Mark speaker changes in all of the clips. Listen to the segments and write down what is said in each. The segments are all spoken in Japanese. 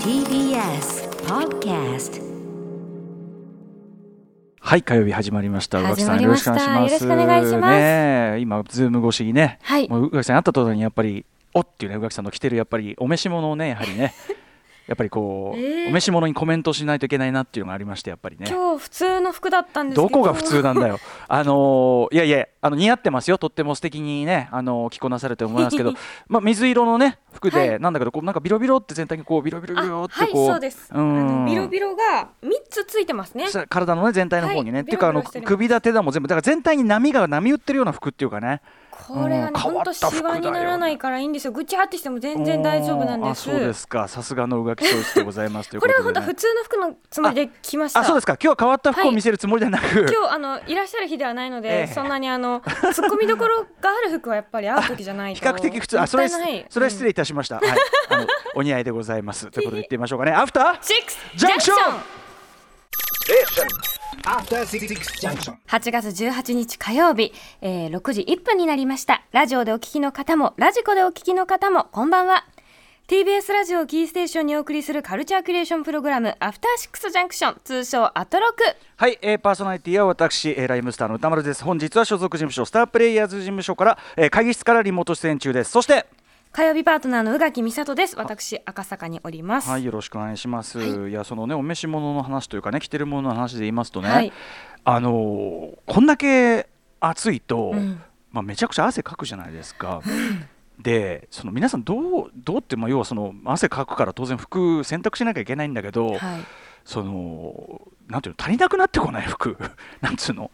Speaker 1: TBS Podcast
Speaker 2: はい、火曜日始まりました。宇垣さん、
Speaker 1: 始
Speaker 2: よろ
Speaker 1: まりま
Speaker 2: し
Speaker 1: し
Speaker 2: く
Speaker 1: た
Speaker 2: お願いします。
Speaker 1: よろしくお願いします
Speaker 2: ねえ今、ズーム越しにね、
Speaker 1: はい
Speaker 2: もう宇垣さん、会った途端にやっぱり、おっていうね、宇垣さんの着てる、やっぱり、お召し物をね、やはり ね、やっぱりこう、
Speaker 1: えー
Speaker 2: お召し物にコメントしないといけないなっていうのがありまして、やっぱりね。
Speaker 1: 今日普通の服だったんですけ
Speaker 2: ど
Speaker 1: ど
Speaker 2: こが普通なんだよ、あのーいやいやあの、似合ってますよ、とっても素敵にね、あのー着こなされてると思い ますけど、まあ、水色のね、服で、
Speaker 1: はい
Speaker 2: なんだけど、こうなんかビロビロって全体にこうビロビロビロ
Speaker 1: あ
Speaker 2: って
Speaker 1: はい
Speaker 2: こう、
Speaker 1: そうですあ
Speaker 2: ん
Speaker 1: のビロビロが三つついてますね
Speaker 2: そしたら体のね全体の方にね、
Speaker 1: はい
Speaker 2: っていうかあ
Speaker 1: ビ
Speaker 2: の
Speaker 1: ロビロしてる
Speaker 2: 首だ手だも全部だから全体に波が波打ってるような服っていうかね
Speaker 1: これは
Speaker 2: うん
Speaker 1: ね
Speaker 2: 変
Speaker 1: ほ
Speaker 2: わ
Speaker 1: ん
Speaker 2: った
Speaker 1: と
Speaker 2: 服だよ
Speaker 1: シワにならないからいいんですよぐちゃってしても全然大丈夫なんで
Speaker 2: あ
Speaker 1: す
Speaker 2: そうですかさすがの宇垣教室でございますという
Speaker 1: こ
Speaker 2: こと
Speaker 1: れ
Speaker 2: で、
Speaker 1: は
Speaker 2: ね、
Speaker 1: 本当普通の服のつもりで来ました
Speaker 2: あそうですか今日は変わった服を
Speaker 1: はい
Speaker 2: 見せるつもりじゃなく、
Speaker 1: 今日あのいらっしゃる日ではないの
Speaker 2: え
Speaker 1: で、
Speaker 2: え
Speaker 1: そんなにあの 突っ込みどころがある服はやっぱり合う時じゃないと
Speaker 2: 比較的普通あそれ
Speaker 1: もったいない
Speaker 2: それは失礼いたしました、はいあのお似合いでござい ますということで言ってみましょうかねアフター
Speaker 1: シックス
Speaker 2: ジャンクション
Speaker 3: After Six Junction.
Speaker 1: 8月18日火曜日、えー6時1分になりました。ラジオでお聞きの方も、ラジコでお聞きの方も、こんばんは。TBS ラジオをキーステーションにお送りするカルチャーキュレーションプログラム、アフターシックスジャンクション、通称アトロク。
Speaker 2: はい、えーパーソナリティは私、えーライムスターの歌丸です本日は所属事務所スタープレイヤーズ事務所から、えー会議室からリモート出演中ですそして
Speaker 1: 火曜日パートナーの宇垣美里です。私、赤坂におります。
Speaker 2: はい、よろしくお願いします。い、や、そのね、お召し物の話というかね、着てるものの話で言いますとね。
Speaker 1: はい
Speaker 2: あのーこんだけ暑いと、
Speaker 1: ん
Speaker 2: まあ、めちゃくちゃ汗かくじゃないですか。でその皆さんどうどうって、まあ、要はその汗かくから当然服選択しなきゃいけないんだけど、
Speaker 1: はい
Speaker 2: そのなんていうの足りなくなってこない 服なんつうの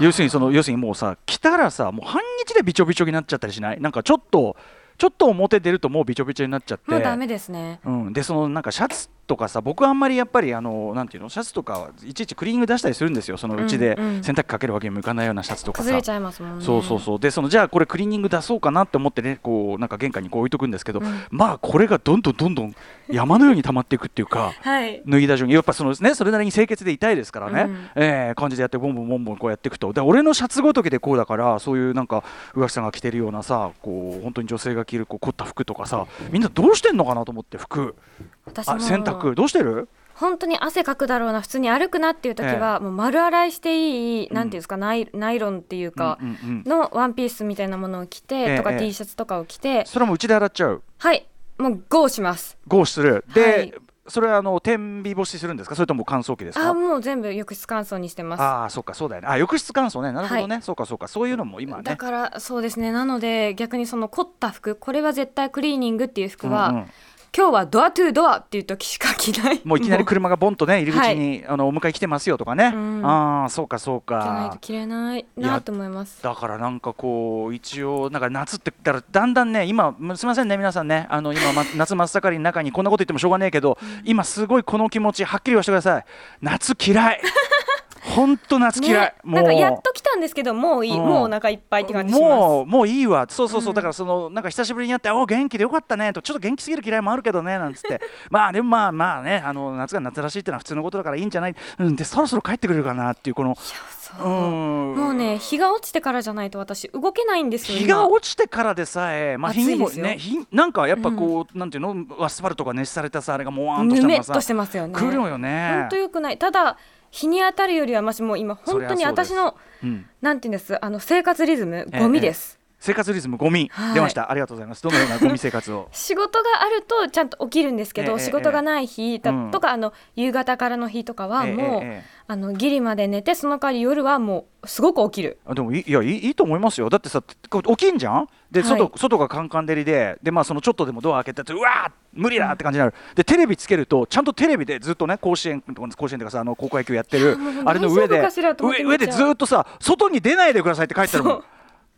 Speaker 2: 要するにその要するにもうさ着たらさもう半日でびちょびちょになっちゃったりしないなんかちょっとちょっと表出るともうびちょびちょになっちゃって
Speaker 1: もうダメですね。
Speaker 2: うん、でそのなんかシャツとかさ僕はあんまりやっぱりあのなんていうのシャツとかはいちいちクリーニング出したりするんですよそのうちで
Speaker 1: うんうん
Speaker 2: 洗濯機かけるわけにもいかないようなシャツとかさ。
Speaker 1: 崩れちゃいますもんね。
Speaker 2: そうそうそうでそのじゃあこれクリーニング出そうかなって思ってねこうなんか玄関にこう置いとくんですけど、
Speaker 1: うん
Speaker 2: まあこれがどんどんどんどん山のように溜まっていくっていう か
Speaker 1: はい。
Speaker 2: 脱ぎ出しにやっぱそのねそれなりに清潔で痛いですからね、
Speaker 1: うん
Speaker 2: えー感じでやってボンボンボンボンこうやっていくとで俺のシャツごときでこうだからそういうなんか宇垣さんが着てるようなさこう本当に女性が着るこう凝った服とかさみんなどうしてんのかなと思って服。
Speaker 1: 私
Speaker 2: あ
Speaker 1: も。
Speaker 2: 洗濯どうしてる
Speaker 1: 本当に汗かくだろうな普通に歩くなっていう時は、もう丸洗いしていい、なんていうんですかナイナイロンっていうか、
Speaker 2: うんうんうん
Speaker 1: のワンピースみたいなものを着て、
Speaker 2: ええ
Speaker 1: とか
Speaker 2: ええ
Speaker 1: T シャツとかを着て
Speaker 2: それはもううちで洗っちゃう
Speaker 1: はいもうゴーします
Speaker 2: 合しするで、
Speaker 1: はい
Speaker 2: それはあの天日干しするんですかそれとも乾燥機です
Speaker 1: あ
Speaker 2: か
Speaker 1: もう全部浴室乾燥にしてま
Speaker 2: ああそうかそうだよねあ浴室乾燥ねなるほどね、そうかそうかそういうのも今
Speaker 1: す
Speaker 2: ね
Speaker 1: だからそうですねなので逆にその凝った服これは絶対クリーニングっていう服は、
Speaker 2: うんうん
Speaker 1: 今日はドアトゥドアっていう時しか着ない
Speaker 2: もういきなり
Speaker 1: もう
Speaker 2: 車がボンとね入り口に、あのお迎え来てますよとかね、
Speaker 1: うん
Speaker 2: ああそうかそう
Speaker 1: 着ない
Speaker 2: か
Speaker 1: と着れないなと思います
Speaker 2: だからなんかこう一応なんか夏ってだからだんだんね今すみませんね皆さんねあの今、ま、 夏真っ盛りの中にこんなこと言ってもしょうがねえけど、今すごいこの気持ちはっきりはしてください夏嫌 いほんと夏嫌い、
Speaker 1: ねなんかやっと来たんですけどもういい、
Speaker 2: うん
Speaker 1: もうお腹いっぱいって感じします
Speaker 2: もうもういいわそうそうそう、
Speaker 1: うん
Speaker 2: だからそのなんか久しぶりに会って「お元気でよかったね」と「ちょっと元気すぎる嫌いもあるけどね」なんつってまあでもまあまあねあの夏が夏らしいってのは普通のことだからいいんじゃない、うん、でそろそろ帰ってくれるかなっていうこの
Speaker 1: そう
Speaker 2: う
Speaker 1: もうんね日が落ちてからじゃないと私動けないんですよ
Speaker 2: 日が
Speaker 1: 今
Speaker 2: 落ちてからでさえ、まあ、
Speaker 1: 暑い
Speaker 2: 日にも
Speaker 1: ですよ
Speaker 2: ね日なんかやっぱこう、なんていうのアスファルトが熱されたさあれがもわーんとし
Speaker 1: ぬ
Speaker 2: た
Speaker 1: め
Speaker 2: の
Speaker 1: っ
Speaker 2: がさ
Speaker 1: としてますよね
Speaker 2: 来るよね
Speaker 1: 本当。よくないただ日に当たるよりはましもう今
Speaker 2: そ
Speaker 1: 本
Speaker 2: りゃ
Speaker 1: 当に
Speaker 2: そうです
Speaker 1: 私の
Speaker 2: うん
Speaker 1: なんていうんですあの生活リズム
Speaker 2: ええ
Speaker 1: ゴミです、
Speaker 2: 生活リズムゴミ、
Speaker 1: はい
Speaker 2: 出ましたありがとうございますどのようなゴミ生活を
Speaker 1: 仕事があるとちゃんと起きるんですけど、
Speaker 2: ええ
Speaker 1: 仕事がない日だ、
Speaker 2: うん
Speaker 1: とかあの夕方からの日とかは
Speaker 2: ええ
Speaker 1: もう、
Speaker 2: ええええ
Speaker 1: あのギリまで寝てその代わり夜はもうすごく起きる
Speaker 2: あでもいいいやいいいいと思いますよだってさこう起きんじゃんで
Speaker 1: はい
Speaker 2: 外,、外がカンカン照りでで、まあ、そのちょっとでもドア開けてうわー無理だって感じになるでテレビつけるとちゃんとテレビでずっとね甲子園甲子園とかさあの高校野球やって る
Speaker 1: もう
Speaker 2: あれの上で
Speaker 1: 大丈夫かしらと思って
Speaker 2: 上上で
Speaker 1: 見ちゃ
Speaker 2: ず
Speaker 1: う
Speaker 2: っとさ外に出ないでくださいって書いてあるも
Speaker 1: そ
Speaker 2: ん
Speaker 1: う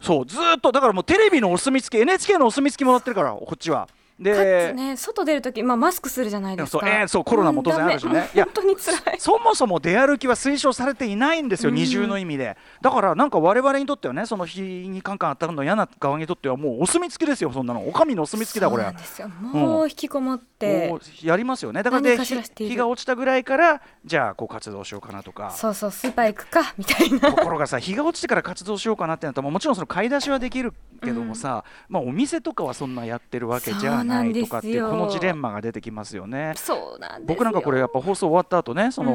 Speaker 2: そうずーっとだからもうテレビのお墨付き NHK のお墨付きもらってるからこっちは。で
Speaker 1: かつね外出る時、まあ、マスクするじゃないです
Speaker 2: そ
Speaker 1: か
Speaker 2: うええそうコロナも当然あるしね
Speaker 1: うんダメ
Speaker 2: いや
Speaker 1: 本当に辛い
Speaker 2: そもそも出歩きは推奨されていないんですよ、
Speaker 1: うん
Speaker 2: 二重の意味で。だから、なんか我々にとってはね、その日にカンカン当たるの嫌な側にとっては、もうお墨付きですよ、そんなの。お上のお墨付きだ、これ
Speaker 1: そうなん。ですよもう引きこもって、
Speaker 2: もうやりますよね。だから
Speaker 1: 何
Speaker 2: で、
Speaker 1: かし
Speaker 2: 日
Speaker 1: らしている
Speaker 2: 日が落ちたぐらいから、じゃあ、こう活動しようかなとか。
Speaker 1: そうそうスーパー行くかみたいな
Speaker 2: ところがさ日が落ちてから活動しようかなってなったらもうもちろんその買い出しはできるけどもさ、まあお店とかはそんなやってるわけじゃないないとかっていう
Speaker 1: そうなんですよ
Speaker 2: このジレンマが出てきますよね。
Speaker 1: そうなんですよ
Speaker 2: 僕なんかこれやっぱ放送終わった後ねその、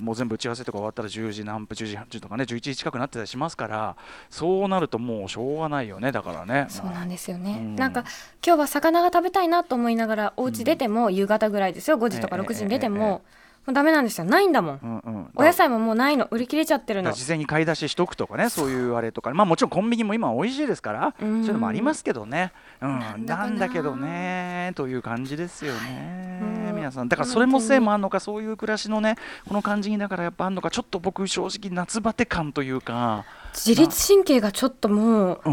Speaker 2: もう全部打ち合わせとか終わったら10時何分10時半とかね11時近くなってたりしますからそうなるともうしょうがないよねだからね。
Speaker 1: そうなんですよね、
Speaker 2: うん
Speaker 1: なんか今日は魚が食べたいなと思いながらお家出ても夕方ぐらいですよ5時とか
Speaker 2: ええ
Speaker 1: 6時に出ても、
Speaker 2: ええええ
Speaker 1: もうダメなんですよないんだもん、
Speaker 2: うんうん
Speaker 1: お野菜ももうないの売り切れちゃってる
Speaker 2: だか
Speaker 1: の
Speaker 2: ら事前に買い出ししとくとかねそういうあれとか、まあ、もちろんコンビニも今美味しいですから
Speaker 1: う
Speaker 2: そうい
Speaker 1: ん
Speaker 2: うのもありますけどね、うん、なん
Speaker 1: だかな
Speaker 2: だけどねという感じですよね、
Speaker 1: うん
Speaker 2: 皆さんだからそれもせいもあんのかそういう暮らしのねこの感じにだからやっぱあんのかちょっと僕正直夏バテ感というか、
Speaker 1: 自律神経がちょっともう
Speaker 2: う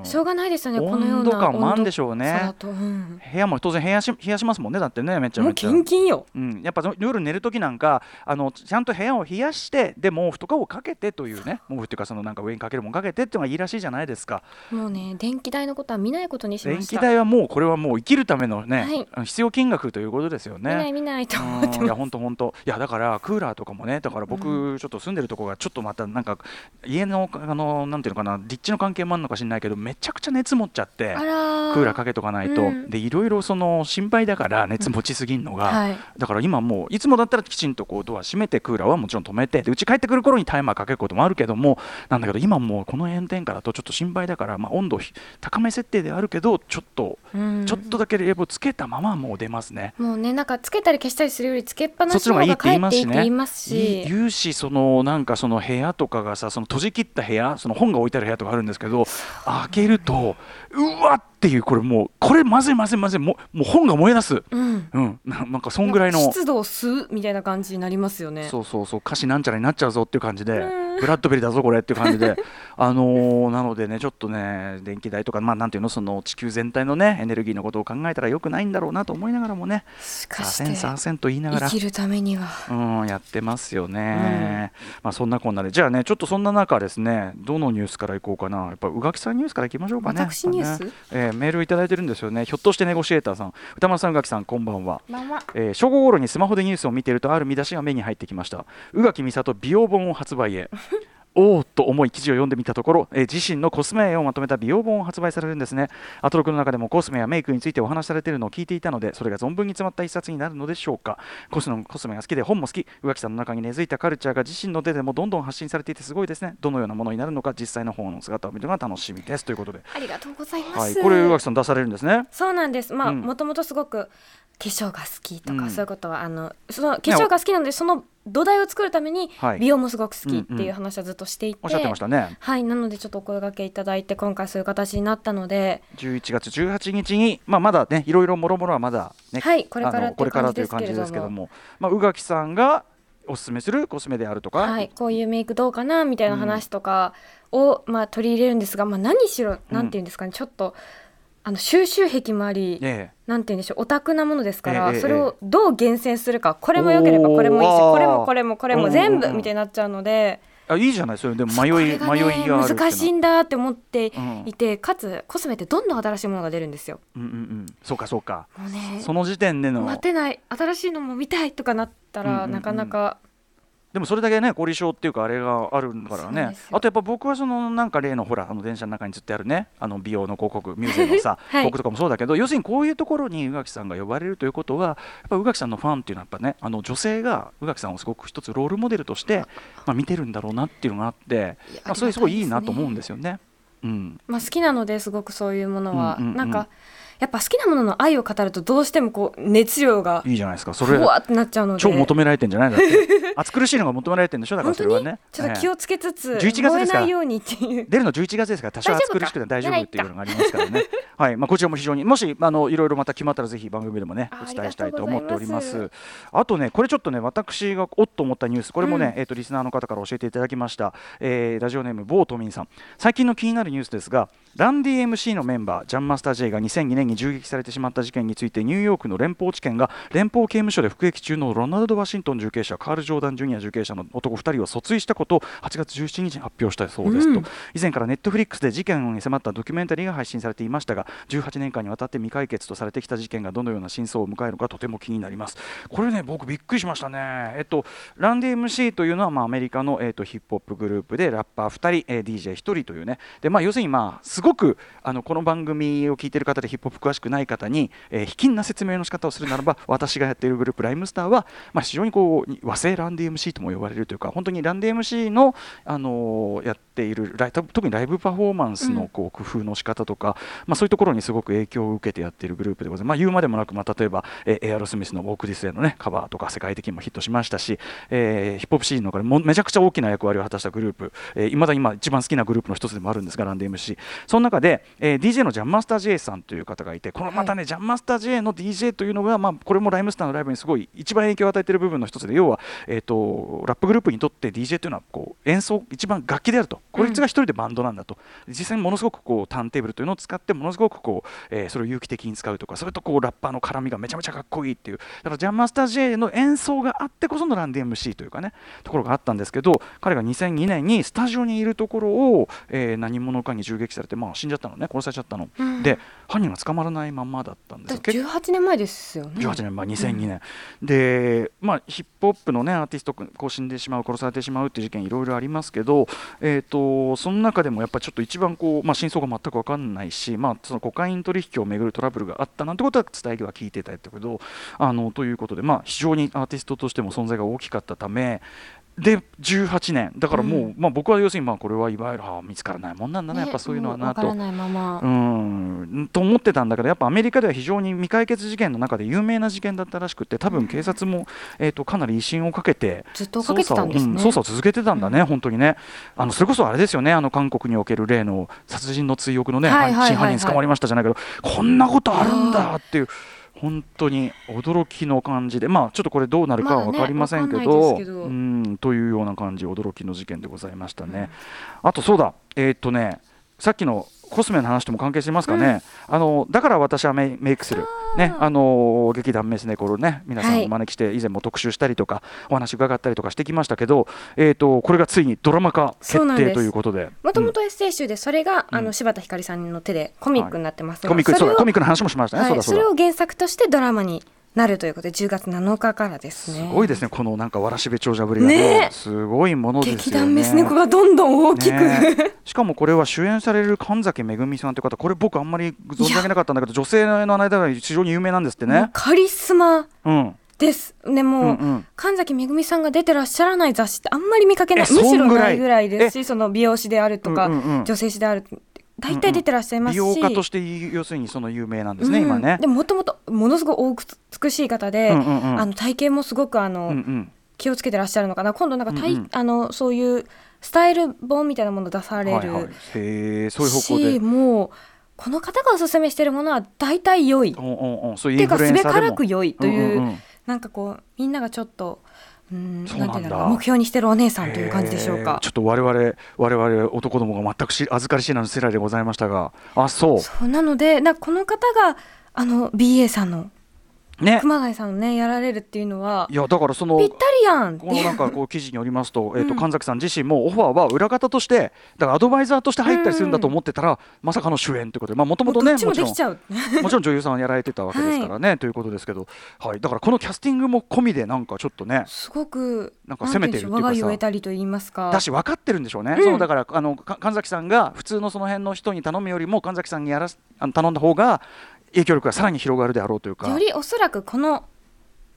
Speaker 2: ん、
Speaker 1: しょうがないですよね、このよう
Speaker 2: 温
Speaker 1: な
Speaker 2: 度感もあんでしょう
Speaker 1: 温度差だ
Speaker 2: ね
Speaker 1: と、うん
Speaker 2: 部屋も当然部屋し冷やしますもんねだってねめちゃ
Speaker 1: も
Speaker 2: め
Speaker 1: う
Speaker 2: ち
Speaker 1: キ
Speaker 2: ゃ。
Speaker 1: ンキンよ
Speaker 2: うん、やっぱその夜寝る時なんかあのちゃんと部屋を冷やしてで毛布とかをかけてというね毛布っていうかそのなんか上にかけるもんかけてっていうのがいいらしいじゃないですか
Speaker 1: もうね電気代のことは見ないことにしま
Speaker 2: 電
Speaker 1: し
Speaker 2: 気
Speaker 1: た
Speaker 2: 代はもうこれはもう生きるためのね、
Speaker 1: はい
Speaker 2: あの必要金額ということですよ
Speaker 1: 見ない
Speaker 2: ね。
Speaker 1: 見ないと思っ
Speaker 2: う
Speaker 1: て
Speaker 2: んいや
Speaker 1: ます
Speaker 2: 本当本当いやだからクーラーとかもねだから僕ちょっと住んでるとこがちょっとまたなんか家のあのなんていうのかな立地の関係もあるのか知らないけどめちゃくちゃ熱持っちゃって
Speaker 1: あ
Speaker 2: ク
Speaker 1: ら
Speaker 2: ーラーかけとかないと、
Speaker 1: うん
Speaker 2: でいろいろその心配だから熱持ちすぎんのが、
Speaker 1: はい
Speaker 2: だから今もういつもだったらきちんとこうドア閉めてクーラーはもちろん止めてでうち帰ってくる頃にタイマーかけることもあるけどもなんだけど今もうこの炎天下だとちょっと心配だから、まあ、温度ひ高め設定ではあるけどちょっと、
Speaker 1: うん
Speaker 2: ちょっとだけ冷房つけたままもう出ますね。
Speaker 1: もうねなんかつけたり消したりするよりつけっぱ
Speaker 2: そ
Speaker 1: な
Speaker 2: っ
Speaker 1: し
Speaker 2: ちの
Speaker 1: の
Speaker 2: 方が
Speaker 1: 方
Speaker 2: いいっ
Speaker 1: が
Speaker 2: て言
Speaker 1: かえ
Speaker 2: い
Speaker 1: っ
Speaker 2: ま
Speaker 1: て
Speaker 2: すし
Speaker 1: いいっ
Speaker 2: ね。
Speaker 1: て言
Speaker 2: い
Speaker 1: いますし
Speaker 2: 言うしそのなんかその部屋とかがさその閉じ切った部屋その本が置いてある部屋とかあるんですけど開けるとうわっていうこれもうこれまずいまずいまずいもうもう本が燃え出す、
Speaker 1: うん
Speaker 2: うん、ななんかそんぐらいの
Speaker 1: 湿度を吸うみたいな感じになりますよね
Speaker 2: そうそうそう歌詞なんちゃらになっちゃうぞっていう感じで、
Speaker 1: うん
Speaker 2: ブラッドベリーだぞこれっていう感じ であのーなのでねちょっとね電気代とかまあなんていうのその地球全体のねエネルギーのことを考えたらよくないんだろうなと思いながらもね
Speaker 1: し
Speaker 2: さ
Speaker 1: か
Speaker 2: あ
Speaker 1: し
Speaker 2: せんさあ
Speaker 1: て
Speaker 2: せんと言いながら
Speaker 1: 生。きるためには
Speaker 2: うん、やってますよね、まあそんなこんなでじゃあねちょっとそんな中ですねどのニュースからいこうかなやっぱ宇垣さんニュースからいきましょうかね
Speaker 1: 私ニュース
Speaker 2: やっぱねえーメールいただいてるんですよねひょっとしてネゴシエーターさん歌丸さん宇垣さんこんばんはえー正午頃にスマホでニュースを見ているとある見出しが目に入ってきました宇垣美里美容本を発売へおーっと思い記事を読んでみたところ、えー自身のコスメをまとめた美容本を発売されるんですねアトロクの中でもコスメやメイクについてお話しされているのを聞いていたのでそれが存分に詰まった一冊になるのでしょうかコスメコスメが好きで本も好き宇垣さんの中に根付いたカルチャーが自身の手でもどんどん発信されていてすごいですねどのようなものになるのか実際の本の姿を見るのが楽しみですということで、
Speaker 1: ありがとうございま
Speaker 2: はい、
Speaker 1: す
Speaker 2: これ宇垣さん出されるんですね
Speaker 1: そうなんですまあ
Speaker 2: うん
Speaker 1: もともとすごく化粧が好きと
Speaker 2: う
Speaker 1: か
Speaker 2: ん
Speaker 1: そういうことはあのその化粧が好きなのでその土台を作るために
Speaker 2: はい
Speaker 1: 美容もすごく好きっていう話はずっとしていて
Speaker 2: おっしゃってましたね
Speaker 1: はいなのでちょっとお声掛けいただいて今回そういう形になったので
Speaker 2: 11月18日に、まあ、まだねいろいろもろもろはまだね、
Speaker 1: はいこれから
Speaker 2: あの
Speaker 1: っていう感じですけれ
Speaker 2: これからと
Speaker 1: ども
Speaker 2: いう感じですけども、まあ、宇垣さんがおすすめするコスメであるとか、
Speaker 1: はい、こういうメイクどうかなみたいな話とかを、まあ、取り入れるんですが、まあ、何しろなんていうんですかね、ちょっとあの収集癖もあり、
Speaker 2: え
Speaker 1: なんていうんでしょうオタクなものですから、
Speaker 2: ええええ
Speaker 1: それをどう厳選するかこれも良ければこれもいいし
Speaker 2: おー
Speaker 1: これもこれもこれも全
Speaker 2: う
Speaker 1: 部
Speaker 2: んうん
Speaker 1: みたいになっちゃうので、
Speaker 2: えあいいじゃないそれでも迷
Speaker 1: こ
Speaker 2: い、
Speaker 1: れがね
Speaker 2: 迷いがあるってうのは
Speaker 1: 難しいんだって思って
Speaker 2: うん
Speaker 1: いて、かつコスメってどんどん新しいものが出るんですよ。
Speaker 2: うんうんうん、そうかそうか
Speaker 1: もうね
Speaker 2: その時点での
Speaker 1: 待てない新しいのも見たいとかなったら、
Speaker 2: うんうんうん
Speaker 1: なかなか
Speaker 2: でもそれだけね、凝り性っていうか、あれがあるから
Speaker 1: そうで
Speaker 2: ね
Speaker 1: す、よ
Speaker 2: あとやっぱ僕はそのなんか例のほら、あの電車の中にずっとやるね、あの美容の広告、ミュージアムのさ、
Speaker 1: はい
Speaker 2: 広告とかもそうだけど、要するにこういうところに宇垣さんが呼ばれるということは、やっぱ宇垣さんのファンっていうのは、やっぱね、あの女性が宇垣さんをすごく一つロールモデルとして、まあ、見てるんだろうなっていうのがあって、まあ、それすごいいいなと思うんですよね。うん、
Speaker 1: まあ、好きなのですごくそういうものは、
Speaker 2: うんうんうん
Speaker 1: なんかやっぱ好きなものの愛を語るとどうしてもこう熱量が
Speaker 2: いいじゃないですか、そ
Speaker 1: ふ
Speaker 2: れ、
Speaker 1: わってなっちゃうので
Speaker 2: 超求められてんじゃないだって、暑苦しいのが求められてんでしょ、だからそ
Speaker 1: 本当
Speaker 2: れは
Speaker 1: に、
Speaker 2: ね。
Speaker 1: ちょっと
Speaker 2: え
Speaker 1: 気
Speaker 2: え
Speaker 1: をつけつつ、
Speaker 2: 11月ですから
Speaker 1: 燃えないようにっていう
Speaker 2: 出るの11月ですから多少暑苦しくても大丈夫っていうのがありますからね。はい、まあこちらも非常にもしあのいろいろまた決まったらぜひ番組でもね
Speaker 1: あ
Speaker 2: お伝えしたいと思っております。あ
Speaker 1: ありがとう
Speaker 2: とねこれちょっとね私がおっと思ったニュースこれもね、
Speaker 1: う
Speaker 2: えっ、とリスナーの方から教えていただきました、えーラジオネームボートミンさん最近の気になるニュースですがランディ MC のメンバージャンマスター J が2002年に銃撃されてしまった事件についてニューヨークの連邦地検が連邦刑務所で服役中のロナルド・ワシントン受刑者カール・ジョーダン・ジュニア受刑者の男2人を訴追したことを8月17日に発表したそうですと、
Speaker 1: うん
Speaker 2: 以前からネットフリックスで事件に迫ったドキュメンタリーが配信されていましたが18年間にわたって未解決とされてきた事件がどのような真相を迎えるのかとても気になりますこれね僕びっくりしましたねえっとランディ MC というのは、まあ、アメリカの、えっとヒップホップグループでラッパー2人、えー DJ1 人というねで、まあ、要するに、まあ、すごくあのこの番組を聞いてる方でヒップホッ詳しくない方に、えー、卑近な説明の仕方をするならば私がやっているグループライムスターは、まあ、非常にこう和製ランディ MC とも呼ばれるというか本当にランディ MC の、あのーやっているライ特にライブパフォーマンスのこう工夫の仕方とか、まあ、そういうところにすごく影響を受けてやっているグループでございます、まあ、言うまでもなく、まあ、例えば、えーエアロスミスの「ウォーク・ディス・への、ね、カバーとか世界的にもヒットしましたし、えーヒップホップシーンの中でもめちゃくちゃ大きな役割を果たしたグループいま、未だ今一番好きなグループの一つでもあるんですがランディ MC その中で、えー DJ のジャンマスター J さんという方がいてこのまたね、ジャンマスター J の DJ というのが、まあ、これもライムスターのライブにすごい一番影響を与えている部分の一つで要は、えー、とラップグループにとって DJ というのはこう演奏一番楽器であるとこいつが一人でバンドなんだと、実際にものすごくこうターンテーブルというのを使ってものすごくこう、えーそれを有機的に使うとかそれとこうラッパーの絡みがめちゃめちゃかっこいいっていうだからジャンマスター J の演奏があってこそのランディ MC というかねところがあったんですけど彼が2002年にスタジオにいるところを、えー何者かに銃撃されて、まあ、死んじゃったのね殺されちゃったの、
Speaker 1: うん
Speaker 2: で犯人が捕まらないまんまだったんです
Speaker 1: だ
Speaker 2: よ
Speaker 1: から18年前ですよね
Speaker 2: 18年前2002年、で、まあ、ヒップホップの、ね、アーティストこう死んでしまう殺されてしまうっていう事件いろいろありますけど、えー、とその中でもやっぱりちょっと一番こう、まあ、真相が全く分かんないし、まあ、そのコカイン取引をめぐるトラブルがあったなんてことは伝えでは聞いてたけどあのということで、まあ、非常にアーティストとしても存在が大きかったためで18年だからもう、
Speaker 1: うん
Speaker 2: まあ、僕は要するにまあこれはいわゆるああ見つからないもんなんだな、
Speaker 1: ね
Speaker 2: やっぱそういうのはなと
Speaker 1: もうわからないまま、
Speaker 2: うんと思ってたんだけどやっぱアメリカでは非常に未解決事件の中で有名な事件だったらしくて多分警察も、えー、とかなり威信をかけて
Speaker 1: ずっと追っかけてたんですね
Speaker 2: 捜査をうん捜査を続けてたんだね、
Speaker 1: うん
Speaker 2: 本当にねあのそれこそあれですよねあの韓国における例の殺人の追憶のね、
Speaker 1: はいはいはいはい
Speaker 2: 真犯人捕まりましたじゃないけどこんなことあるんだっていう。本当に驚きの感じで、まあ、ちょっとこれどうなるかは
Speaker 1: まあ
Speaker 2: 分
Speaker 1: ね
Speaker 2: かりませんけ
Speaker 1: わかんない
Speaker 2: ど,、
Speaker 1: ですけど
Speaker 2: うんというような感じ驚きの事件でございましたね。あとそうだ、えーっとね、さっきのコスメの話とも関係してますかね、あのだから私はメイメイクする、ね、あの劇団メスネコロね、皆さ
Speaker 1: は
Speaker 2: ん
Speaker 1: い
Speaker 2: お招きして、以前も特集したりとか、お話伺ったりとかしてきましたけど、えー、とこれがついにドラマ化決
Speaker 1: そうなんで
Speaker 2: 定
Speaker 1: す
Speaker 2: ということで。
Speaker 1: もとも
Speaker 2: と
Speaker 1: とエッセイ集でそれが、
Speaker 2: うん
Speaker 1: あの柴田ひかりさんの手でコミックになってますが、
Speaker 2: コミック
Speaker 1: そ
Speaker 2: そ
Speaker 1: れ
Speaker 2: う
Speaker 1: を
Speaker 2: だコミックの話もしましたね、
Speaker 1: は
Speaker 2: そ
Speaker 1: い、そう
Speaker 2: だ
Speaker 1: れ
Speaker 2: そうだ
Speaker 1: を原作としてドラマになるということで10月7日からです
Speaker 2: す
Speaker 1: ね
Speaker 2: ごいですね、このなんかわらしべ長者ぶりがね
Speaker 1: ねえ
Speaker 2: すごいものですよね。
Speaker 1: 劇団メス猫がどんどん大きく、
Speaker 2: ねえしかもこれは主演される神崎めぐみさんという方これ僕あんまり存じ上げなかったんだけど女性の間では非常に有名なんですって
Speaker 1: もう
Speaker 2: ね。
Speaker 1: カリスマ
Speaker 2: うん
Speaker 1: ですねもう、
Speaker 2: うんうん
Speaker 1: 神崎めぐみさんが出てらっしゃらない雑誌ってあんまり見かけない
Speaker 2: え
Speaker 1: むし
Speaker 2: そ
Speaker 1: ろ
Speaker 2: んぐらい
Speaker 1: ないぐらいですしその美容師であるとか、
Speaker 2: うんうんうん
Speaker 1: 女性誌である大体出てらっしゃいます
Speaker 2: 美
Speaker 1: し、
Speaker 2: 容家として要するにその有名なんですね、
Speaker 1: うん
Speaker 2: 今ね
Speaker 1: で。ももともとものすごく大く美しい方で、
Speaker 2: うんうんうん
Speaker 1: あの体型もすごくあの、
Speaker 2: うんうん
Speaker 1: 気をつけてらっしゃるのかな今度なんか
Speaker 2: う
Speaker 1: 体、
Speaker 2: んうん
Speaker 1: あのそういうスタイル本みたいなもの出される
Speaker 2: は
Speaker 1: し、
Speaker 2: いはい、へえそういう方向で。
Speaker 1: もうこの方がおすすめしてるものは大体良いっ
Speaker 2: うんうんうん、そういう
Speaker 1: て
Speaker 2: イン
Speaker 1: いうか
Speaker 2: フルエ
Speaker 1: す
Speaker 2: ン
Speaker 1: べ
Speaker 2: サーで
Speaker 1: から
Speaker 2: も
Speaker 1: く良いという,、
Speaker 2: んんん
Speaker 1: なんかこうみんながちょっとうん
Speaker 2: そうなんだ
Speaker 1: ていうんだろう目標にしてるお姉さんという感じでしょう
Speaker 2: へえ
Speaker 1: か
Speaker 2: ちょっと我々我々男どもが全くし預かり知らぬ世代でございましたが、あそ
Speaker 1: そうなのでなんかこの方があの BA さんの
Speaker 2: うね。
Speaker 1: 熊谷さんのねやられるっていうのはい
Speaker 2: やだからその
Speaker 1: ぴったりやんって
Speaker 2: こ
Speaker 1: い
Speaker 2: の
Speaker 1: う
Speaker 2: なんかこう記事によりますと、えっ
Speaker 1: う
Speaker 2: と
Speaker 1: ん
Speaker 2: 神崎さん自身もオファーは裏方として、だからアドバイザーとして入ったりするんだと思ってたら、まさかの主演ということで、まあもともと
Speaker 1: ど
Speaker 2: ね、
Speaker 1: っちも
Speaker 2: もち
Speaker 1: で
Speaker 2: ろ
Speaker 1: き
Speaker 2: ん
Speaker 1: ちゃう
Speaker 2: もちろん女優さんはやられてたわけですからね、ということですけど、はい、だからこのキャスティングも込みでなんかちょっとね
Speaker 1: すごく
Speaker 2: なんか攻めてるっていうかさ
Speaker 1: なんていうんでしょう我が言えたりと言いますか
Speaker 2: だし分かってるんでしょうね、
Speaker 1: うん
Speaker 2: そのだからあのか神崎さんが普通のその辺の人に頼むよりも神崎さんにやらすあの頼んだ方が影響力がさらに広がるであろうというか
Speaker 1: よりおそらくこの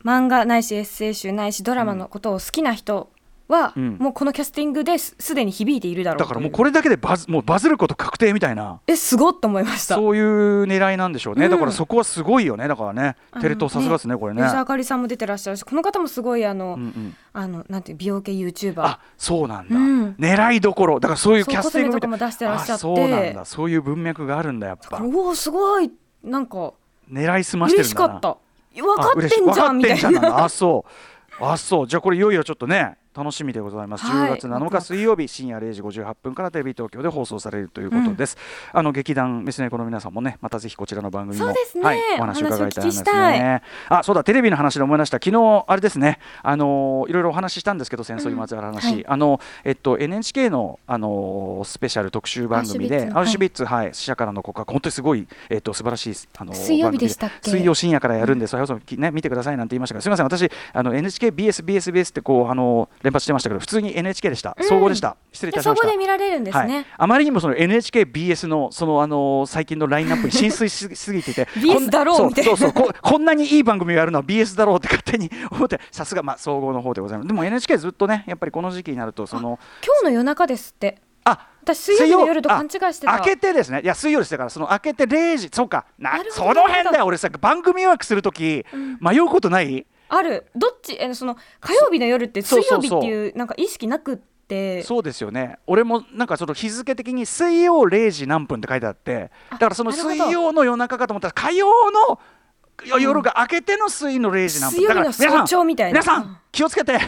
Speaker 1: 漫画ないしエッセイ集ないしドラマのことを好きな人は、
Speaker 2: うん
Speaker 1: もうこのキャスティングですすでに響いているだろう
Speaker 2: だからもう
Speaker 1: れ
Speaker 2: これだけでバズもうバズること確定みたいな。
Speaker 1: えすごっと思いました
Speaker 2: そういう狙いなんでしょうね、
Speaker 1: うん
Speaker 2: だからそこはすごいよねだからねテレ東さすがですねこれね
Speaker 1: 吉田あかりさんも出てらっしゃるしこの方もすごいあの、
Speaker 2: うんうん
Speaker 1: あのなんていう美容系 YouTuber
Speaker 2: あそうなんだ、
Speaker 1: うん
Speaker 2: 狙いどころだからそういうキャスティング
Speaker 1: そうコスメと
Speaker 2: みたい
Speaker 1: かも出してらっしゃって
Speaker 2: あそうなんだそういう文脈があるんだやっ
Speaker 1: だから
Speaker 2: ぱ
Speaker 1: うおーすごいなんか
Speaker 2: 狙いすましてる
Speaker 1: 嬉
Speaker 2: ん
Speaker 1: し
Speaker 2: だ
Speaker 1: か
Speaker 2: な
Speaker 1: った分かってんじゃんみたい
Speaker 2: あ嬉しい分かってんじゃん
Speaker 1: な
Speaker 2: なんだあそうあそうじゃあこれいよいよちょっとね楽しみでございます、
Speaker 1: はい
Speaker 2: 10月7日水曜日深夜0時58分からテレビ東京で放送されるということです、あの劇団メスネコの皆さんもねまたぜひこちらの番組も
Speaker 1: そうですね
Speaker 2: はい、お話を伺いたいです
Speaker 1: お話を聞き
Speaker 2: ねあそうだテレビの話で思い出した昨日あれですねあのーいろいろお話ししたんですけど戦争にまつわる話、
Speaker 1: うんはい
Speaker 2: あのえっと NHK のあのースペシャル特集番組で
Speaker 1: ア
Speaker 2: ア
Speaker 1: ウ
Speaker 2: ウ
Speaker 1: シ
Speaker 2: シ
Speaker 1: ュ
Speaker 2: ュ
Speaker 1: ビ
Speaker 2: ビッツはい死者からの告白本当にすごいえっと素晴らしいあのー
Speaker 1: 水曜日でしたっけ
Speaker 2: 番組で水曜深夜からやるんで、それこそね見てくださいなんて言いましたが、すみません、私あの NHK BS BS BS ってこうあの連発してましたけど普通に NHK でした、総合でした失礼いたし
Speaker 1: そ
Speaker 2: まし
Speaker 1: こ
Speaker 2: た
Speaker 1: で見られるんです
Speaker 2: はい
Speaker 1: ね。、
Speaker 2: あまりにもその NHKBS のそのあのー最近のラインナップに浸水しすぎてい て
Speaker 1: BS
Speaker 2: こんな
Speaker 1: だろう
Speaker 2: そ
Speaker 1: みたいな
Speaker 2: そうそうここんなにいい番組をやるのは BS だろうって勝手に思ってさすがまあ総合の方でございますでも NHK ずっとねやっぱりこの時期になるとその
Speaker 1: 今日の夜中ですって。
Speaker 2: あ
Speaker 1: 私水曜日の夜と勘違いしてた
Speaker 2: あ明けてですねいや水曜ですだからその明けて0時そうかな
Speaker 1: なるほ
Speaker 2: そ
Speaker 1: ど
Speaker 2: の辺だよ俺さ番組予約するとき、迷うことない
Speaker 1: あるどっちえその火曜日の夜って
Speaker 2: そ
Speaker 1: 水
Speaker 2: うそ
Speaker 1: 曜
Speaker 2: う
Speaker 1: 日
Speaker 2: そう
Speaker 1: っていうなんか意識なくって
Speaker 2: そうですよね俺もなんかその日付的に水曜0時何分って書いてあってだからその
Speaker 1: なるほど
Speaker 2: 水曜の夜中かと思ったら火曜のよ夜が明けての水の0時何分
Speaker 1: 水
Speaker 2: だ
Speaker 1: 曜日
Speaker 2: から
Speaker 1: の早朝みたいな
Speaker 2: 皆さん皆さん気をつけて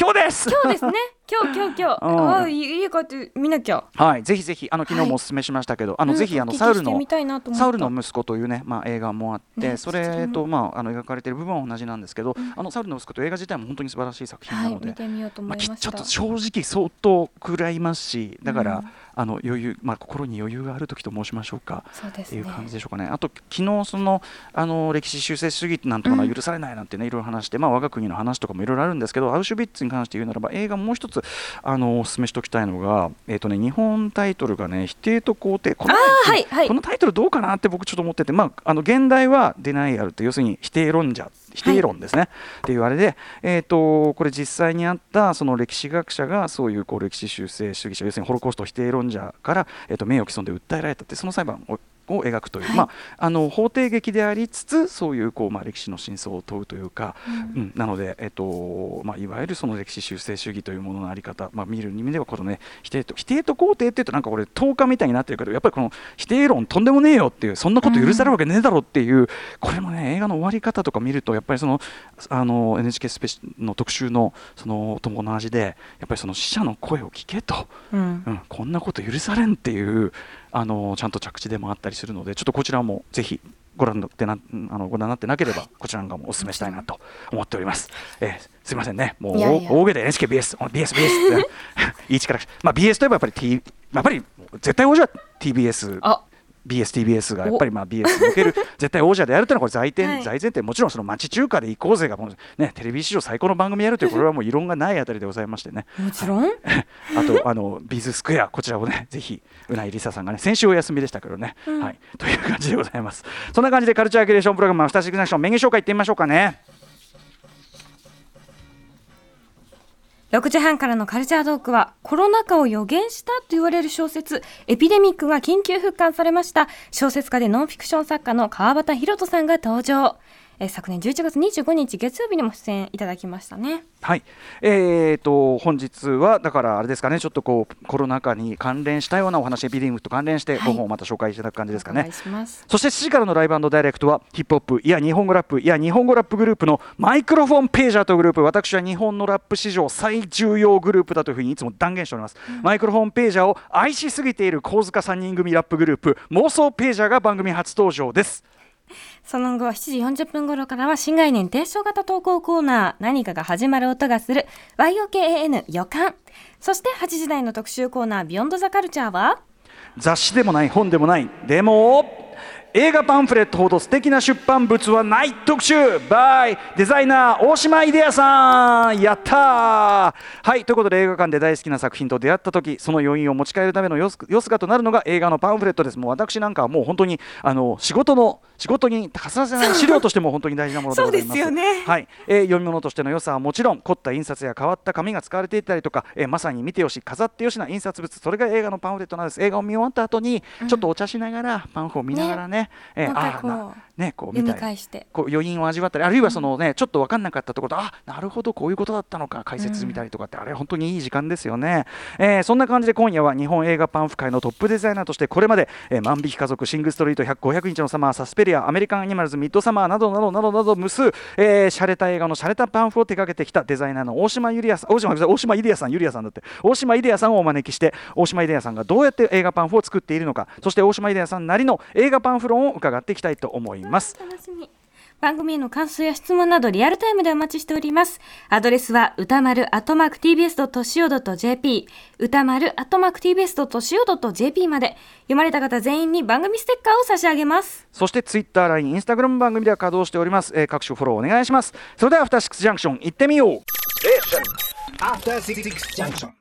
Speaker 2: 今日です
Speaker 1: 今日ですね今日今日今日、
Speaker 2: うん
Speaker 1: あ家帰って見なきゃ
Speaker 2: はい、ぜひぜひあの昨
Speaker 1: は
Speaker 2: 日
Speaker 1: い
Speaker 2: もお勧めしましたけど、あの
Speaker 1: うん
Speaker 2: ぜひあ
Speaker 1: お
Speaker 2: の
Speaker 1: 聞き
Speaker 2: サウル
Speaker 1: して
Speaker 2: の
Speaker 1: みたいなと思った
Speaker 2: サウルの息子というねまあ映画もあって、
Speaker 1: ね
Speaker 2: そ
Speaker 1: そちら
Speaker 2: れ
Speaker 1: も
Speaker 2: とまああの描かれている部分は同じなんですけど、あのサウルの息子という映画自体も本当に素晴らしい作品
Speaker 1: は
Speaker 2: ないので、
Speaker 1: 見てみようと思いまし
Speaker 2: き
Speaker 1: た、
Speaker 2: ちょっと正直相当食らいますし、だから、
Speaker 1: うん
Speaker 2: あの余裕まあ心に余裕がある時と申しましょうか。
Speaker 1: そうで
Speaker 2: っ
Speaker 1: す
Speaker 2: てい
Speaker 1: ね
Speaker 2: う感じでしょうかね。あと昨日そのあの歴史修正主義なんとかのは
Speaker 1: うん
Speaker 2: 許されないなんてね、いろいろ話して、まあ我が国の話とかもいろいろあるんですけど、アウシュビッツに関して言うならば映画もう一つあのお勧めしておきたいのが、えっ、とね日本タイトルがね否定と肯定この
Speaker 1: あはいはい
Speaker 2: このタイトルどうかなって僕ちょっと思ってて、まああの現代はデナイアルって要するに否定論者否定論ですね、っていうあれで、えー、とこれ実際にあったその歴史学者がそういうこう歴史修正主義者要するにホロコースト否定論者から、えー、と名誉毀損で訴えられたってその裁判をを描くという、
Speaker 1: はい
Speaker 2: まあ、あの法廷劇でありつつそういうこう、まあ、歴史の真相を問うというか、うんなので、えっとまあ、いわゆるその歴史修正主義というもののあり方、まあ、見る意味ではこの、ね、否定と否定と肯定っていうとなんかこれ10日みたいになってるけどやっぱりこの否定論とんでもねえよっていうそんなこと許されるわけねえだろっていう、これもね映画の終わり方とか見るとやっぱりそのあの NHK スペシの特集のそのとも同じでやっぱりその死者の声を聞けと。
Speaker 1: うん
Speaker 2: うん、こんなこと許されんっていうあのちゃんと着地でもあったりするのでちょっとこちらもぜひご覧になってなあのご覧になってなければこちらの方もお勧めしたいなと思っております、えーすいませんねもう
Speaker 1: いやいや
Speaker 2: 大大げで NHKBS BSBS って いい力しまあ BS といえばやっぱり T やっぱり絶対王者は TBS
Speaker 1: あ
Speaker 2: BSTBS がやっぱりまあ BS にお ける絶対王者であるというのはこれ在転、
Speaker 1: はい
Speaker 2: 在前提もちろんその町中華で行こうぜがもう、ね、テレビ史上最高の番組やるというこれはもう異論がないあたりでございましてね
Speaker 1: も ちろん
Speaker 2: あとあのビーズスクエアこちらをねぜひうないりささんがね先週お休みでしたけどね、はいという感じでございますそんな感じでカルチャーキュレーションプログラムアフターシックスジャンクションメニュー紹介いってみましょうかね
Speaker 1: 6時半からのカルチャートークはコロナ禍を予言したと言われる小説「エピデミック」が緊急復刊されました小説家でノンフィクション作家の川端弘人さんが登場えー昨年11月25日月曜日にも出演いただきましたね
Speaker 2: はい、えー、と本日はだからあれですかねちょっとこうコロナ禍に関連したようなお話エピデミックと関連して
Speaker 1: はい
Speaker 2: 5本をまた紹介していただく感じですかね、
Speaker 1: お願いします
Speaker 2: そして7時からのライブダイレクトはヒップホップいや日本語ラップいや日本語ラップグループのマイクロフォンページャーというグループ私は日本のラップ史上最重要グループだというふうにいつも断言しております、マイクロフォンページャーを愛しすぎている神塚3人組ラップグループ妄想ページャーが番組初登場です
Speaker 1: その後7時40分頃からは新概念提唱型投稿コーナー何かが始まる音がする YOKAN 予感そして8時台の特集コーナー「ビヨンドザカルチャーは
Speaker 2: 雑誌でもない本でもないでも映画パンフレットほど素敵な出版物はない特集 by デザイナー大島イデアさんやったーはいということで映画館で大好きな作品と出会った時その余韻を持ち帰るためのよすよすがとなるのが映画のパンフレットですもう私なんかはもう本当にあの仕事の仕事に欠かせない資料としても本当に大事なものでございます
Speaker 1: そうですよね
Speaker 2: はいえー読み物としての良さはもちろん凝った印刷や変わった紙が使われていたりとか、えーまさに見てよし飾ってよしな印刷物それが映画のパンフレットなんです映画を見終わった後にちょっとお茶しながら、パンフを見ながらねえ
Speaker 1: なんか
Speaker 2: ーあーな
Speaker 1: こ
Speaker 2: ねこう見
Speaker 1: 読み
Speaker 2: たい
Speaker 1: 返して
Speaker 2: こう余韻を味わったりあるいはその、ねちょっと分かんなかったところであなるほどこういうことだったのか解説見たりとかって、あれ本当にいい時間ですよね、えーそんな感じで今夜は日本映画パンフ界のトップデザイナーとしてこれまで、えー万引き家族シングストリート100 500日のサマーサスペリアアメリカンアニマルズミッドサマーなどなどなどなど無数、えー、洒落た映画の洒落たパンフを手掛けてきたデザイナーの大島ゆりやさん大島大島イデアさんゆりやさんだって大島イデアさんをお招きして大島イデアさんがどうやって映画パンフを作っているのかそして大島イデアさんなりの映画パンフ論を伺っていきたいと思います
Speaker 1: 楽しみ番組への感想や質問などリアルタイムでお待ちしておりますアドレスは歌丸アットマーク TBS.CO.JP 歌丸アットマーク TBS.CO.JP まで読まれた方全員に番組ステッカーを差し上げます
Speaker 2: そしてツイッター、ライン、インスタグラム番組では稼働しております、えー各種フォローお願いします。それではアフターシックスジャンクション行ってみよう。
Speaker 3: After Six Junction.